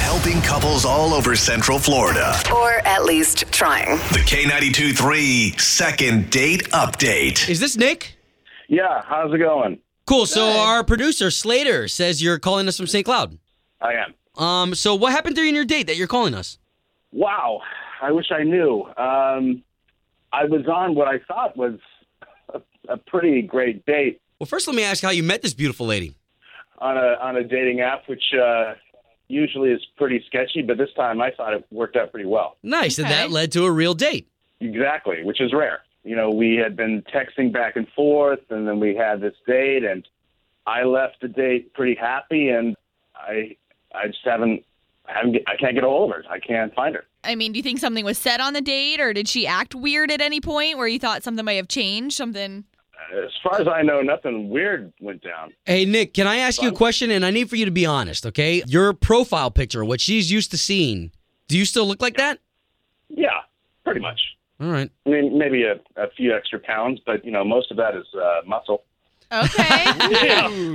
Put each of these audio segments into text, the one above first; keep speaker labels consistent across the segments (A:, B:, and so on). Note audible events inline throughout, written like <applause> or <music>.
A: Helping couples all over Central Florida.
B: Or at least trying.
A: The K92 3 second date update.
C: Is this Nick?
D: Yeah, how's it going?
C: Cool. So our producer Slater says you're calling us from St. Cloud.
D: I am.
C: Um, so what happened during your date that you're calling us?
D: Wow, I wish I knew. Um, I was on what I thought was a, a pretty great date
C: Well, first let me ask how you met this beautiful lady.
D: on a on a dating app, which uh, usually is pretty sketchy, but this time I thought it worked out pretty well.
C: Nice, and that led to a real date.
D: Exactly, which is rare. You know, we had been texting back and forth, and then we had this date, and I left the date pretty happy, and I I just haven't, I haven't I can't get a hold of her. I can't find her.
E: I mean, do you think something was said on the date, or did she act weird at any point where you thought something might have changed? Something.
D: As far as I know, nothing weird went down.
C: Hey Nick, can I ask you a question? And I need for you to be honest, okay? Your profile picture, what she's used to seeing, do you still look like that?
D: Yeah, pretty much.
C: All right.
D: I mean, maybe a, a few extra pounds, but you know, most of that is uh, muscle.
E: Okay.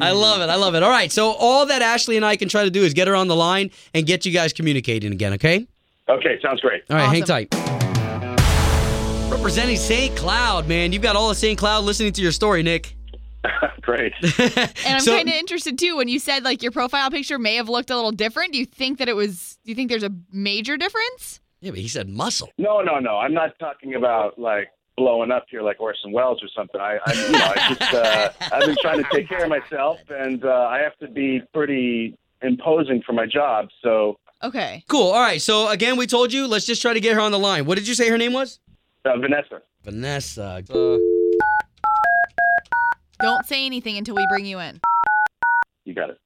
C: I love it. I love it. All right. So all that Ashley and I can try to do is get her on the line and get you guys communicating again, okay?
D: Okay, sounds great.
C: All right, hang
E: Awesome.
C: tight. Representing St. Cloud, man. You've got all of St. Cloud listening to your story, Nick.
D: <laughs> great.
E: <laughs> and I'm
C: So-
E: kind of interested too when you said like your profile picture may have looked a little different. Do you think that it was? Do you think there's a major difference?
C: Yeah, but he said muscle.
D: No, no, no. I'm not talking about like blowing up here like Orson Welles or something. I, I you know, I just uh, I've been trying to take care of myself, and uh, I have to be pretty imposing for my job. So
E: Okay.
C: Cool. All right. So again, we told you, let's just try to get her on the line. What did you say her name was? Uh,
D: uh, Vanessa.
C: Vanessa.
E: Don't say anything until we bring you in.
D: You got it.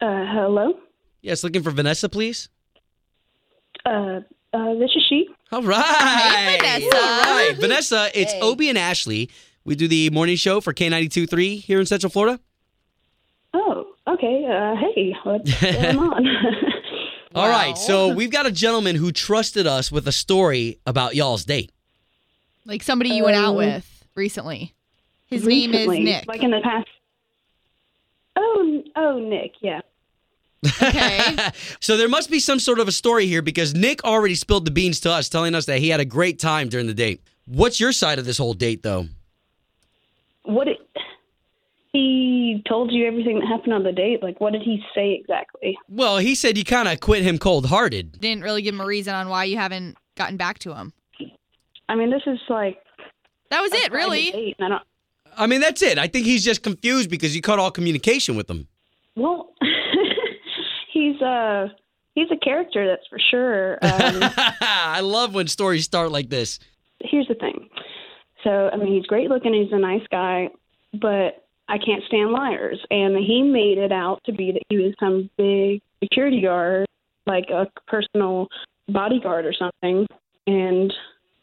F: Uh, hello.
C: yes, looking for Vanessa, please.
F: Uh, uh, this is she.
C: All right.
E: Vanessa.
C: All right. Vanessa, it's Obie and Ashley. We do the morning show for K92.3 here in Central Florida.
F: Oh, okay. Uh, hey,
E: <laughs>
F: what's going on?
C: All right.
E: Wow.
C: So we've got a gentleman who trusted us with a story about y'all's date.
E: Like somebody you went out
F: Um,
E: with recently. His name
F: Recently,
E: is Nick.
F: Like in the past. Oh, n- oh, Nick. Yeah.
E: Okay. <laughs>
C: So there must be some sort of a story here because Nick already spilled the beans to us, telling us that he had a great time during the date. What's your side of this whole date, though?
F: What? It, he told you everything that happened on the date. Like, what did he say exactly?
C: Well, he said you kind of quit him cold hearted.
E: Didn't really give him a reason on why you haven't gotten back to him.
F: I mean, this is like
E: That was
F: a
E: it,
F: private
E: really.
F: date, and I don't.
C: I mean, that's it. I think he's just confused because you cut all communication with him. <laughs>
F: Well, <laughs> he's uh he's a character. That's for sure. Um,
E: <laughs>
C: I love when stories start like this.
F: here's the thing. So, I mean, he's great looking, he's a nice guy, but I can't stand liars. And he made it out to be that he was some big security guard, like a personal bodyguard or something. And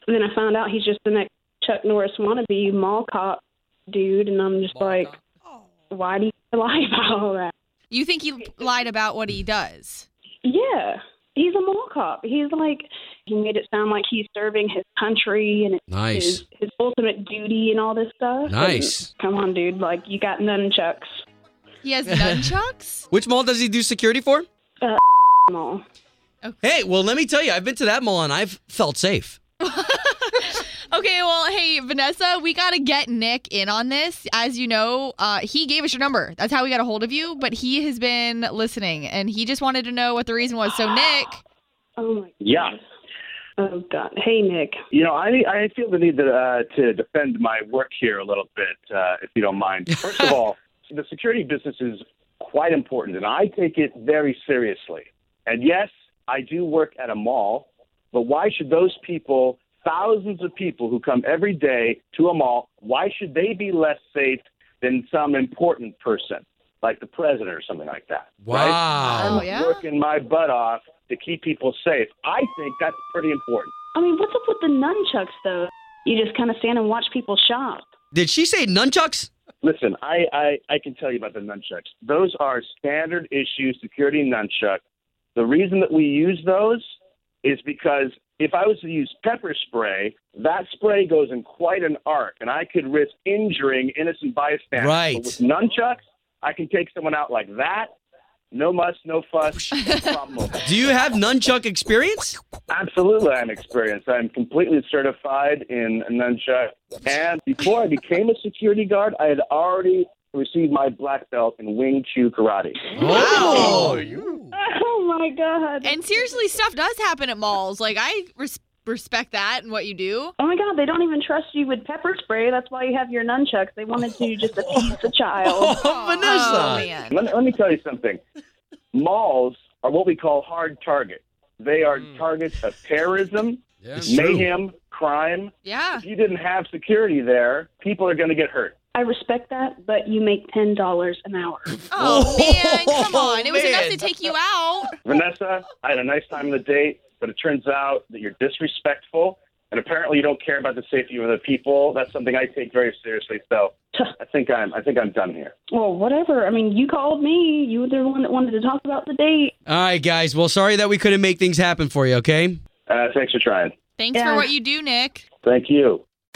F: then I found out he's just the next Chuck Norris wannabe mall cop dude. And I'm just like, why do you lie <laughs> about all that?
E: You think he lied about what he does?
F: Yeah. He's a mall cop. He's like he made it sound like he's serving his country and it's
C: Nice.
F: his, his ultimate duty and all this stuff.
C: Nice.
F: And come on, dude. Like you got nunchucks.
E: He <laughs> has nunchucks?
C: Which mall does he do security for?
F: Mall.
C: Hey, well, let me tell you, I've been to that mall and I've felt safe.
E: Okay, well, hey, Vanessa, we got to get Nick in on this. As you know, uh, he gave us your number. That's how we got a hold of you, but he has been listening and he just wanted to know what the reason was. So, Nick,
F: Oh my.
D: Yeah.
F: Oh God. Hey Nick.
D: You know, I I feel the need to uh, to defend my work here a little bit, uh, if you don't mind. First of all, the security business is quite important, and I take it very seriously. And yes, I do work at a mall, but why should those people, thousands of people who come every day to a mall, why should they be less safe than some important person? like the president or something like that. right?
C: Wow.
E: Oh, yeah?
D: Working my butt off to keep people safe. I think that's pretty important.
F: I mean, what's up with the nunchucks though? You just kind of stand and watch people shop.
C: Did she say nunchucks?
D: Listen, I, I, I can tell you about the nunchucks. Those are standard issue security nunchucks. The reason that we use those is because if I was to use pepper spray, that spray goes in quite an arc, and I could risk injuring innocent bystanders.
C: Right.
D: But with nunchucks, I can take someone out like that. No muss, no fuss. no problem over.
C: Do you have nunchuck experience?
D: Absolutely, I'm experienced. I'm completely certified in nunchuck. And before I became a security guard, I had already received my black belt in Wing Chun karate.
C: Wow.
F: Oh my god!
E: And seriously, stuff does happen at malls. Like I res- respect that and what you do.
F: oh my god, they don't even trust you with pepper spray. That's why you have your nunchucks. They wanted to just appease the
C: <laughs>
F: child.
C: Oh,
E: Oh
C: Vanessa.
E: man.
D: Let me, let me tell you something. Malls are what we call hard targets. They are targets of terrorism,
C: Mm. It's true.
D: mayhem, crime.
E: Yeah.
D: If you didn't have security there, people are going to get hurt.
F: I respect that, but you make ten dollars an hour.
E: Oh man,
C: <laughs>
E: come
C: Oh,
E: on. It was enough
C: man.
E: to take you out.
D: Vanessa, I had a nice time on the date, but it turns out that you're disrespectful, and apparently you don't care about the safety of other people. That's something I take very seriously. So I think I'm I think I'm done here.
F: Well, whatever. I mean, you called me. You were the one that wanted to talk about the date.
C: All right, guys. Well, sorry that we couldn't make things happen for you, okay?
D: Uh, thanks for trying.
E: Thanks for
F: Yeah.
E: what you do, Nick.
D: Thank you.